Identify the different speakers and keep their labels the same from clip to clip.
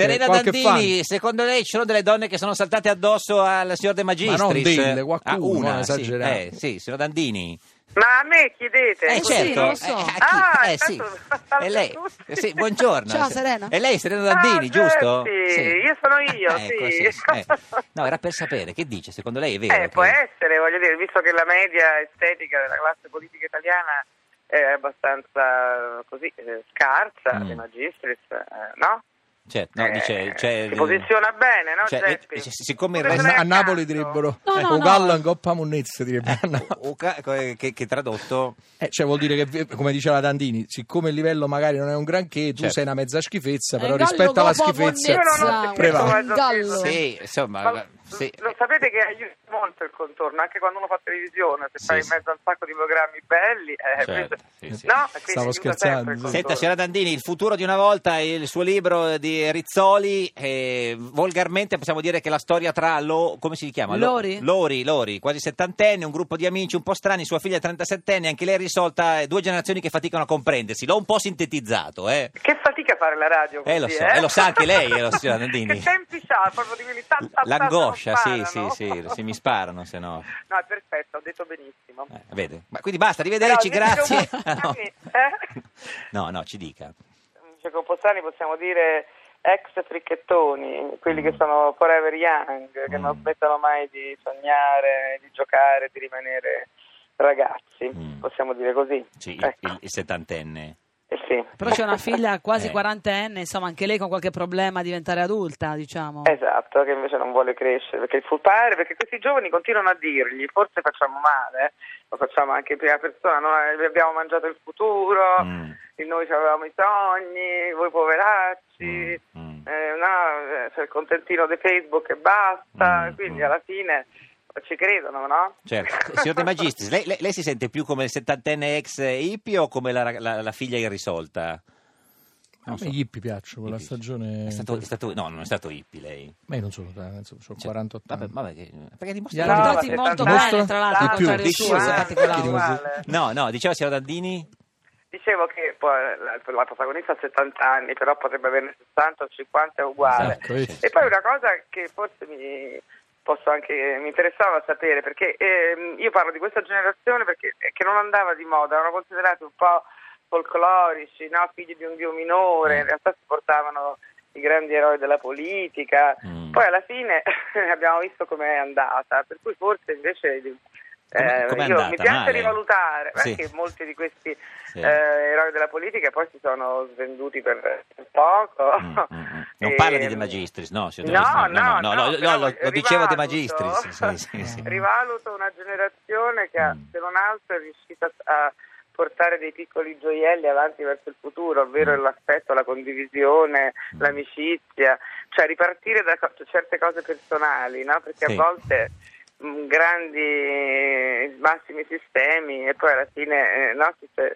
Speaker 1: Serena
Speaker 2: qualche
Speaker 1: Dandini,
Speaker 2: fan.
Speaker 1: secondo lei ci sono delle donne che sono saltate addosso al signor De
Speaker 2: Ma
Speaker 1: Magistris?
Speaker 2: non delle, qualcuno,
Speaker 1: Ah, una, sì,
Speaker 2: esagerato.
Speaker 1: eh, sì, signor Dandini.
Speaker 3: Ma a me chiedete? Ah,
Speaker 1: Eh,
Speaker 3: così?
Speaker 1: certo,
Speaker 4: non lo so.
Speaker 1: eh, a chi?
Speaker 3: Ah,
Speaker 1: Eh, sì.
Speaker 3: intanto salve
Speaker 1: E
Speaker 3: a
Speaker 1: lei?
Speaker 3: tutti.
Speaker 1: Eh, sì, buongiorno.
Speaker 4: Ciao, Serena.
Speaker 1: E lei è Serena
Speaker 3: Ah,
Speaker 1: Dandini, giusto?
Speaker 3: sì, io sono io,
Speaker 1: Ah, ecco,
Speaker 3: sì.
Speaker 1: eh. No, era per sapere, che dice? Secondo lei è vero?
Speaker 3: Eh,
Speaker 1: che-
Speaker 3: può essere, voglio dire, visto che la media estetica della classe politica italiana è abbastanza così eh, scarsa,
Speaker 1: Mm.
Speaker 3: De Magistris, eh, no?
Speaker 1: Certo, no,
Speaker 3: Eh,
Speaker 1: dice... cioè,
Speaker 3: si posiziona bene, no,
Speaker 1: cioè,
Speaker 3: Geppi?
Speaker 1: eh, siccome il
Speaker 3: Come
Speaker 2: A,
Speaker 1: resto...
Speaker 3: se
Speaker 2: Na- a
Speaker 3: cazzo.
Speaker 2: Napoli direbbero
Speaker 4: No,
Speaker 2: eh,
Speaker 4: no,
Speaker 2: "O
Speaker 4: no.
Speaker 2: gallo in coppa munnezza", direbbero
Speaker 1: Eh,
Speaker 2: a Napoli.
Speaker 1: o ca- che, che tradotto...
Speaker 2: Eh, cioè vuol dire che, come diceva la Dandini, siccome il livello magari non è un granché, tu
Speaker 1: Certo.
Speaker 2: sei una mezza schifezza, però
Speaker 4: Eh, gallo
Speaker 2: rispetto alla
Speaker 4: gobo
Speaker 2: schifezza...
Speaker 3: Io non
Speaker 4: Monnezza,
Speaker 3: ho
Speaker 2: Prevale.
Speaker 3: sentito
Speaker 4: Esatto. Gallo.
Speaker 3: questo.
Speaker 1: Sì, insomma...
Speaker 3: Ma
Speaker 1: va- sì.
Speaker 3: Lo sapete che aiuta molto il contorno, anche quando uno fa televisione, se
Speaker 1: Sì,
Speaker 3: stai in
Speaker 1: sì.
Speaker 3: mezzo a un sacco di programmi belli, eh,
Speaker 1: Certo,
Speaker 3: questo-
Speaker 1: sì, sì.
Speaker 3: no? Quindi
Speaker 2: Stavo
Speaker 3: aiuta
Speaker 2: scherzando.
Speaker 3: sempre il
Speaker 1: Senta,
Speaker 3: contorno.
Speaker 1: signora Dandini, il futuro di una volta, il suo libro di Rizzoli, eh, volgarmente possiamo dire che la storia tra lo, come si chiama? Lo-
Speaker 4: Lori?
Speaker 1: Lori, Lori, quasi settantenne, un gruppo di amici un po' strani, sua figlia 37enne, anche lei è risolta, eh, due generazioni che faticano a comprendersi. L'ho un po' sintetizzato, eh.
Speaker 3: Che fatica fare la radio così,
Speaker 1: Eh, lo so, eh, lo sa anche lei, eh, lo signora Nandini.
Speaker 3: che tempi c'ha, proprio di quelli ta, ta, ta,
Speaker 1: L'angoscia,
Speaker 3: ta,
Speaker 1: sì, sì,
Speaker 3: sparano.
Speaker 1: sì, sì, mi sparano, se no.
Speaker 3: No, è perfetto, ho detto benissimo.
Speaker 1: Eh, vede. Ma quindi basta, arrivederci,
Speaker 3: Però, dice
Speaker 1: grazie.
Speaker 3: che un-
Speaker 1: Ah, no.
Speaker 3: eh?
Speaker 1: no, no, ci dica.
Speaker 3: Dice che Pozzani possiamo dire ex fricchettoni, quelli che sono forever young, che
Speaker 1: Mm.
Speaker 3: non smettono mai di sognare, di giocare, di rimanere ragazzi,
Speaker 1: Mm.
Speaker 3: possiamo dire così.
Speaker 1: Sì, il,
Speaker 3: Ecco,
Speaker 1: il- il settantenne.
Speaker 3: eh sì.
Speaker 4: Però c'è una figlia quasi
Speaker 1: Eh.
Speaker 4: quarantenne, insomma, anche lei con qualche problema a diventare adulta, diciamo.
Speaker 1: Eh,
Speaker 3: Esatto, che invece non vuole crescere, perché il fupare, perché questi giovani continuano a dirgli, forse facciamo male, eh, lo facciamo anche in prima persona, noi abbiamo mangiato il futuro,
Speaker 1: Mm.
Speaker 3: e noi avevamo i sogni, voi poveracci,
Speaker 1: Mm, mm.
Speaker 3: eh, no, eh, c'è il contentino di Facebook e basta,
Speaker 1: Mm,
Speaker 3: quindi
Speaker 1: mm.
Speaker 3: alla fine ci credono, no?
Speaker 1: Certo, signor De Magistris, lei, lei- lei si sente più come il settantenne ex hippie o come la, la- la figlia irrisolta?
Speaker 2: A
Speaker 1: Non so.
Speaker 2: me gli hippie piacciono, quella
Speaker 1: Hippie.
Speaker 2: stagione...
Speaker 1: È stato, è stato- no, non è stato hippie lei.
Speaker 2: Ma io non sono, tanto, insomma, ho
Speaker 1: Cioè,
Speaker 2: 48
Speaker 1: Vabbè,
Speaker 2: anni.
Speaker 1: vabbè, che- perché dimostra...
Speaker 2: Gli
Speaker 4: Sono
Speaker 2: anni-
Speaker 4: andati
Speaker 3: vabbè,
Speaker 4: molto
Speaker 3: tanto-
Speaker 4: bene, tra l'altro,
Speaker 3: tanto
Speaker 4: al contrario
Speaker 1: di
Speaker 4: suo,
Speaker 1: più,
Speaker 4: eh,
Speaker 1: esatto,
Speaker 4: particolare.
Speaker 2: perché devo-
Speaker 1: No, no, diceva signora Dandini?
Speaker 3: Dicevo che poi la, la protagonista ha 70 anni, però potrebbe averne 60 o 50, è uguale.
Speaker 2: Esatto, vedi?
Speaker 3: E poi una cosa che forse mi, posso anche, mi interessava sapere, perché ehm, io parlo di questa generazione perché eh, che non andava di moda, erano considerati un po' folclorici, no? figli di un dio
Speaker 1: Mm.
Speaker 3: minore, in realtà si portavano i grandi eroi della politica.
Speaker 1: Mm.
Speaker 3: Poi alla fine abbiamo visto com'è andata, per cui forse invece... di-
Speaker 1: Com'è-
Speaker 3: eh,
Speaker 1: com'è
Speaker 3: io-
Speaker 1: andata?
Speaker 3: mi piace
Speaker 1: Male?
Speaker 3: rivalutare
Speaker 1: Sì.
Speaker 3: perché molti di questi
Speaker 1: Sì.
Speaker 3: eh, eroi della politica poi si sono svenduti per poco. Ehm,
Speaker 1: Mm, mm, mm. Non parla di De Magistris, no, signor De
Speaker 3: No,
Speaker 1: Magistris,
Speaker 3: no,
Speaker 1: no,
Speaker 3: no,
Speaker 1: no, no,
Speaker 3: però
Speaker 1: lo- lo
Speaker 3: rivaluto-
Speaker 1: dicevo De Magistris, sì, sì, sì.
Speaker 3: Rivaluto una generazione che, ha-
Speaker 1: Mm.
Speaker 3: se non altro, è riuscita a portare dei piccoli gioielli avanti verso il futuro, ovvero
Speaker 1: Mm.
Speaker 3: l'affetto, la condivisione,
Speaker 1: Mm.
Speaker 3: l'amicizia, cioè ripartire da co- certe cose personali, no? perché
Speaker 1: Sì.
Speaker 3: a volte mh, grandi massimi sistemi e poi alla fine eh, no, ci, se-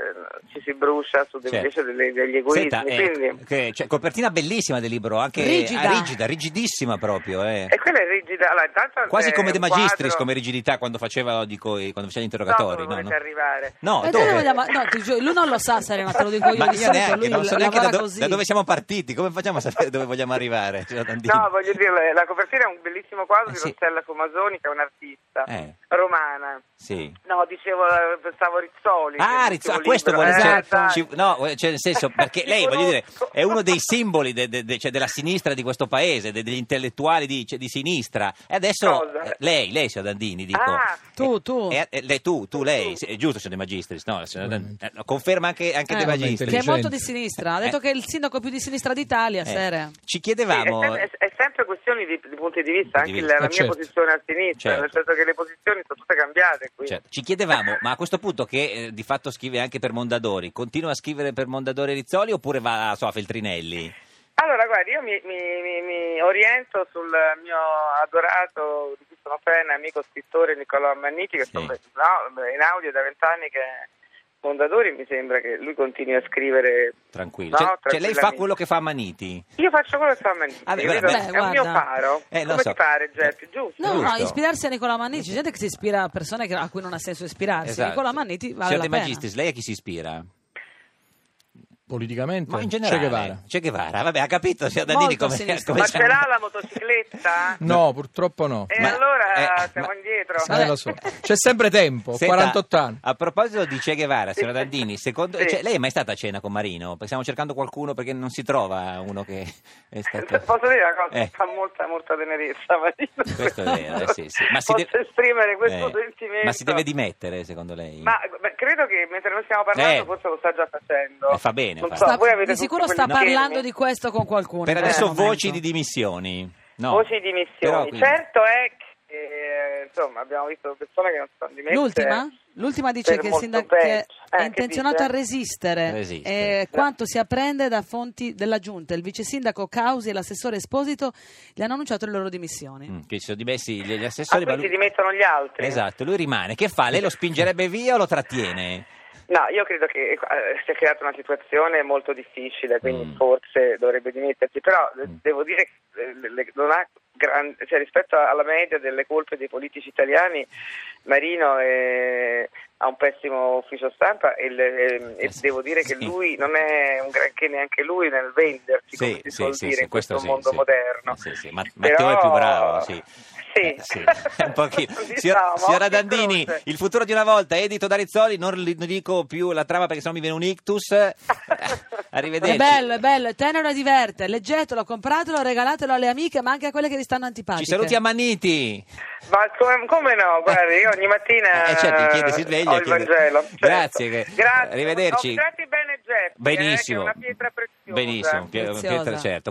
Speaker 3: ci si brucia su de-
Speaker 1: Certo.
Speaker 3: invece delle- degli egoismi
Speaker 1: Senta, eh,
Speaker 3: quindi-
Speaker 1: che- cioè, copertina bellissima del libro, anche eh,
Speaker 4: Rigida.
Speaker 1: rigida, rigidissima proprio. eh.
Speaker 3: E quella è rigida. Allora, intanto
Speaker 1: Quasi
Speaker 3: eh, è
Speaker 1: come De
Speaker 3: un
Speaker 1: Magistris,
Speaker 3: quadro-
Speaker 1: come rigidità quando faceva, dico, eh, quando faceva gli
Speaker 3: So dove
Speaker 1: interrogatori. no,
Speaker 3: volete
Speaker 1: no.
Speaker 3: arrivare.
Speaker 1: No,
Speaker 4: Ma
Speaker 1: dove?
Speaker 4: noi vogliamo- no, ti giuro, lui non lo sa, Serena, te lo dico io
Speaker 1: Ma
Speaker 4: di
Speaker 1: io
Speaker 4: solito,
Speaker 1: neanche,
Speaker 4: lui
Speaker 1: non so neanche
Speaker 4: lavora
Speaker 1: da, do-
Speaker 4: così.
Speaker 1: da dove siamo partiti, come facciamo a sapere dove vogliamo arrivare? signor Dandini?
Speaker 3: No, voglio dire, la- la copertina è un bellissimo quadro
Speaker 1: Eh,
Speaker 3: di
Speaker 1: sì.
Speaker 3: Rossella Comasoni, che è un'artista
Speaker 1: Eh.
Speaker 3: romana.
Speaker 1: Sì.
Speaker 3: No, dicevo, eh, pensavo Rizzoli.
Speaker 1: Ah,
Speaker 3: che è
Speaker 1: Rizzo,
Speaker 3: l'ultimo
Speaker 1: ah, questo
Speaker 3: libro.
Speaker 1: vuole
Speaker 3: Eh,
Speaker 1: cioè,
Speaker 3: dai.
Speaker 1: ci- no, cioè, nel senso, perché
Speaker 3: Ti
Speaker 1: lei, voglio dire,
Speaker 3: conosco.
Speaker 1: è uno dei simboli de- de- de- cioè, della sinistra di questo paese, de- degli intellettuali di, cioè, di sinistra. E adesso
Speaker 3: Cosa?
Speaker 1: eh, lei, lei, signor Dandini, dico.
Speaker 3: Ah.
Speaker 4: Tu, tu.
Speaker 1: Eh, eh, lei- tu, tu, lei, sì, è giusto, signor De Magistris, no, signor Dan- eh, conferma anche, anche
Speaker 4: Eh,
Speaker 1: De
Speaker 2: Che
Speaker 1: Magistris.
Speaker 4: che è molto di
Speaker 2: intelligente.
Speaker 4: sinistra. Ha detto
Speaker 1: Eh.
Speaker 4: che è il sindaco più di sinistra d'Italia,
Speaker 1: Eh,
Speaker 4: Sere.
Speaker 1: Ci
Speaker 3: Sì, è,
Speaker 1: chiedevamo...
Speaker 3: sem- è- è sempre questione di, di punti di vista,
Speaker 1: Punti
Speaker 3: anche
Speaker 1: di
Speaker 3: la,
Speaker 1: vista,
Speaker 3: la mia
Speaker 2: certo.
Speaker 3: posizione a sinistra,
Speaker 1: Certo.
Speaker 3: nel senso che le posizioni sono tutte cambiate qui.
Speaker 1: Certo. Ci chiedevamo, ma a questo punto che eh, di fatto scrive anche per Mondadori, continua a scrivere per Mondadori e Rizzoli oppure va so, a Feltrinelli?
Speaker 3: Allora, guarda, io mi, mi- mi- mi oriento sul mio adorato, di cui sono fan, amico scrittore Nicolò Manniti, che
Speaker 1: Sì.
Speaker 3: sono no, in audio da vent'anni che è fondatore, mi sembra che lui continui a scrivere.
Speaker 1: Tranquillo. Cioè-
Speaker 3: No,
Speaker 1: cioè, lei fa
Speaker 3: tranquillamente.
Speaker 1: quello che fa Maniti.
Speaker 3: Io faccio quello che fa Manniti,
Speaker 1: Ah, beh,
Speaker 3: capito?
Speaker 1: guarda,
Speaker 3: è
Speaker 4: beh,
Speaker 3: un mio
Speaker 4: guarda.
Speaker 3: faro.
Speaker 1: Eh, lo
Speaker 3: Come
Speaker 1: so.
Speaker 3: ti pare, Geppi, giusto?
Speaker 4: No,
Speaker 1: Giusto.
Speaker 4: no, ispirarsi a Nicola Manniti. C'è gente che si ispira a persone che- a
Speaker 2: Ah,
Speaker 4: cui non ha senso ispirarsi.
Speaker 1: Esatto.
Speaker 4: Nicola Manniti vale
Speaker 1: Signor
Speaker 4: la
Speaker 1: De
Speaker 4: pena.
Speaker 1: Magistris, lei a chi si ispira?
Speaker 2: politicamente?
Speaker 1: Ma in
Speaker 2: Che
Speaker 1: generale,
Speaker 2: Guevara.
Speaker 1: Che Guevara, vabbè, ha capito, signor Dandini
Speaker 4: Molto a
Speaker 1: come,
Speaker 4: sinistra.
Speaker 1: come
Speaker 3: Ma
Speaker 1: c'è-
Speaker 3: ce l'ha la motocicletta?
Speaker 2: No, purtroppo no.
Speaker 3: E
Speaker 1: Ma-
Speaker 3: allora
Speaker 1: eh,
Speaker 3: siamo
Speaker 1: ma-
Speaker 3: indietro.
Speaker 2: Sai, lo so. C'è sempre tempo, ho
Speaker 1: Senta,
Speaker 2: 48 anni.
Speaker 1: A proposito di Che Guevara, signora Dandini, secondo,
Speaker 3: Sì.
Speaker 1: cioè, lei è mai stata a cena con Marino? Perché Stiamo cercando qualcuno perché non si trova uno che è stato...
Speaker 3: Eh, Posso dire una cosa?
Speaker 1: Eh,
Speaker 3: Fa molta, molta tenerezza. Marino.
Speaker 1: questo è vero, eh, sì, sì. Ma si
Speaker 3: Posso
Speaker 1: deve-
Speaker 3: esprimere questo
Speaker 1: eh,
Speaker 3: sentimento.
Speaker 1: Ma si deve dimettere, secondo lei?
Speaker 3: Ma beh, credo che mentre noi stiamo parlando
Speaker 1: Eh.
Speaker 3: forse lo sta già facendo.
Speaker 1: Eh, fa bene,
Speaker 3: Non
Speaker 1: fa
Speaker 3: so,
Speaker 1: bene.
Speaker 4: Sta-
Speaker 3: voi avete
Speaker 4: di sicuro
Speaker 3: tutti
Speaker 4: sta
Speaker 3: quelli
Speaker 4: parlando
Speaker 3: schemi?
Speaker 4: di questo con qualcuno.
Speaker 1: per
Speaker 4: in
Speaker 3: Eh,
Speaker 1: adesso
Speaker 4: questo
Speaker 1: voci di
Speaker 4: momento.
Speaker 1: dimissioni. No.
Speaker 3: voci di missioni.
Speaker 1: Però, quindi-
Speaker 3: certo è che eh, insomma, abbiamo visto persone che non sono dimesse.
Speaker 4: L'ultima? L'ultima dice
Speaker 3: per
Speaker 4: che il
Speaker 3: molto
Speaker 4: sindaco che
Speaker 3: peggio. Eh,
Speaker 4: è
Speaker 3: che
Speaker 4: intenzionato
Speaker 3: dice?
Speaker 4: a resistere.
Speaker 1: Resistere.
Speaker 4: Eh, quanto si apprende da fonti della giunta. Il vice sindaco Causi e l'assessore Esposito gli hanno annunciato le loro dimissioni.
Speaker 1: Mm, che si sono dimessi gli gli
Speaker 3: Ah,
Speaker 1: assessori. ma
Speaker 3: quindi si
Speaker 1: lui-
Speaker 3: dimettono gli altri.
Speaker 1: Esatto, lui rimane. Che fa? Lei lo spingerebbe via o lo trattiene?
Speaker 3: No, io credo che eh, si è creata una situazione molto difficile, quindi
Speaker 1: Mm.
Speaker 3: forse dovrebbe dimettersi, però eh,
Speaker 1: Mm.
Speaker 3: devo dire che eh, le- le- non ha gran- cioè, rispetto alla media delle colpe dei politici italiani, Marino eh, ha un pessimo ufficio stampa e, le- e- e
Speaker 1: Eh, Sì,
Speaker 3: devo dire
Speaker 1: sì.
Speaker 3: che lui non è un granché neanche lui nel vendersi, come si suol dire, in questo,
Speaker 1: sì,
Speaker 3: mondo
Speaker 1: sì. Eh,
Speaker 3: moderno.
Speaker 1: Sì, sì, Ma, Matteo è più bravo, sì.
Speaker 3: Sì.
Speaker 1: Eh, Un pochino.
Speaker 3: Diciamo,
Speaker 1: Signora, signora
Speaker 3: occhi e
Speaker 1: Dandini,
Speaker 3: croce.
Speaker 1: il futuro di una volta, edito da Rizzoli, non li- non dico più la trama perché sennò mi viene un ictus. Eh, Arrivederci.
Speaker 4: È bello, è bello, è tenero e diverte. Leggetelo, compratelo, regalatelo alle amiche, ma anche a quelle che vi stanno
Speaker 1: Ci
Speaker 4: antipatiche.
Speaker 1: saluti a Maniti.
Speaker 3: Ma come, come no? Guardi, io ogni mattina
Speaker 1: Eh, certo, chiede, si sveglia
Speaker 3: ho
Speaker 1: e
Speaker 3: il
Speaker 1: chiede.
Speaker 3: Vangelo. certo.
Speaker 1: Grazie, che-
Speaker 3: Grazie.
Speaker 1: arrivederci.
Speaker 3: Ho tratti bene Geppi, eh, che è
Speaker 1: Benissimo.
Speaker 3: una pietra preziosa.
Speaker 1: Benissimo, pie-
Speaker 4: Preziosa.
Speaker 1: pietra certo.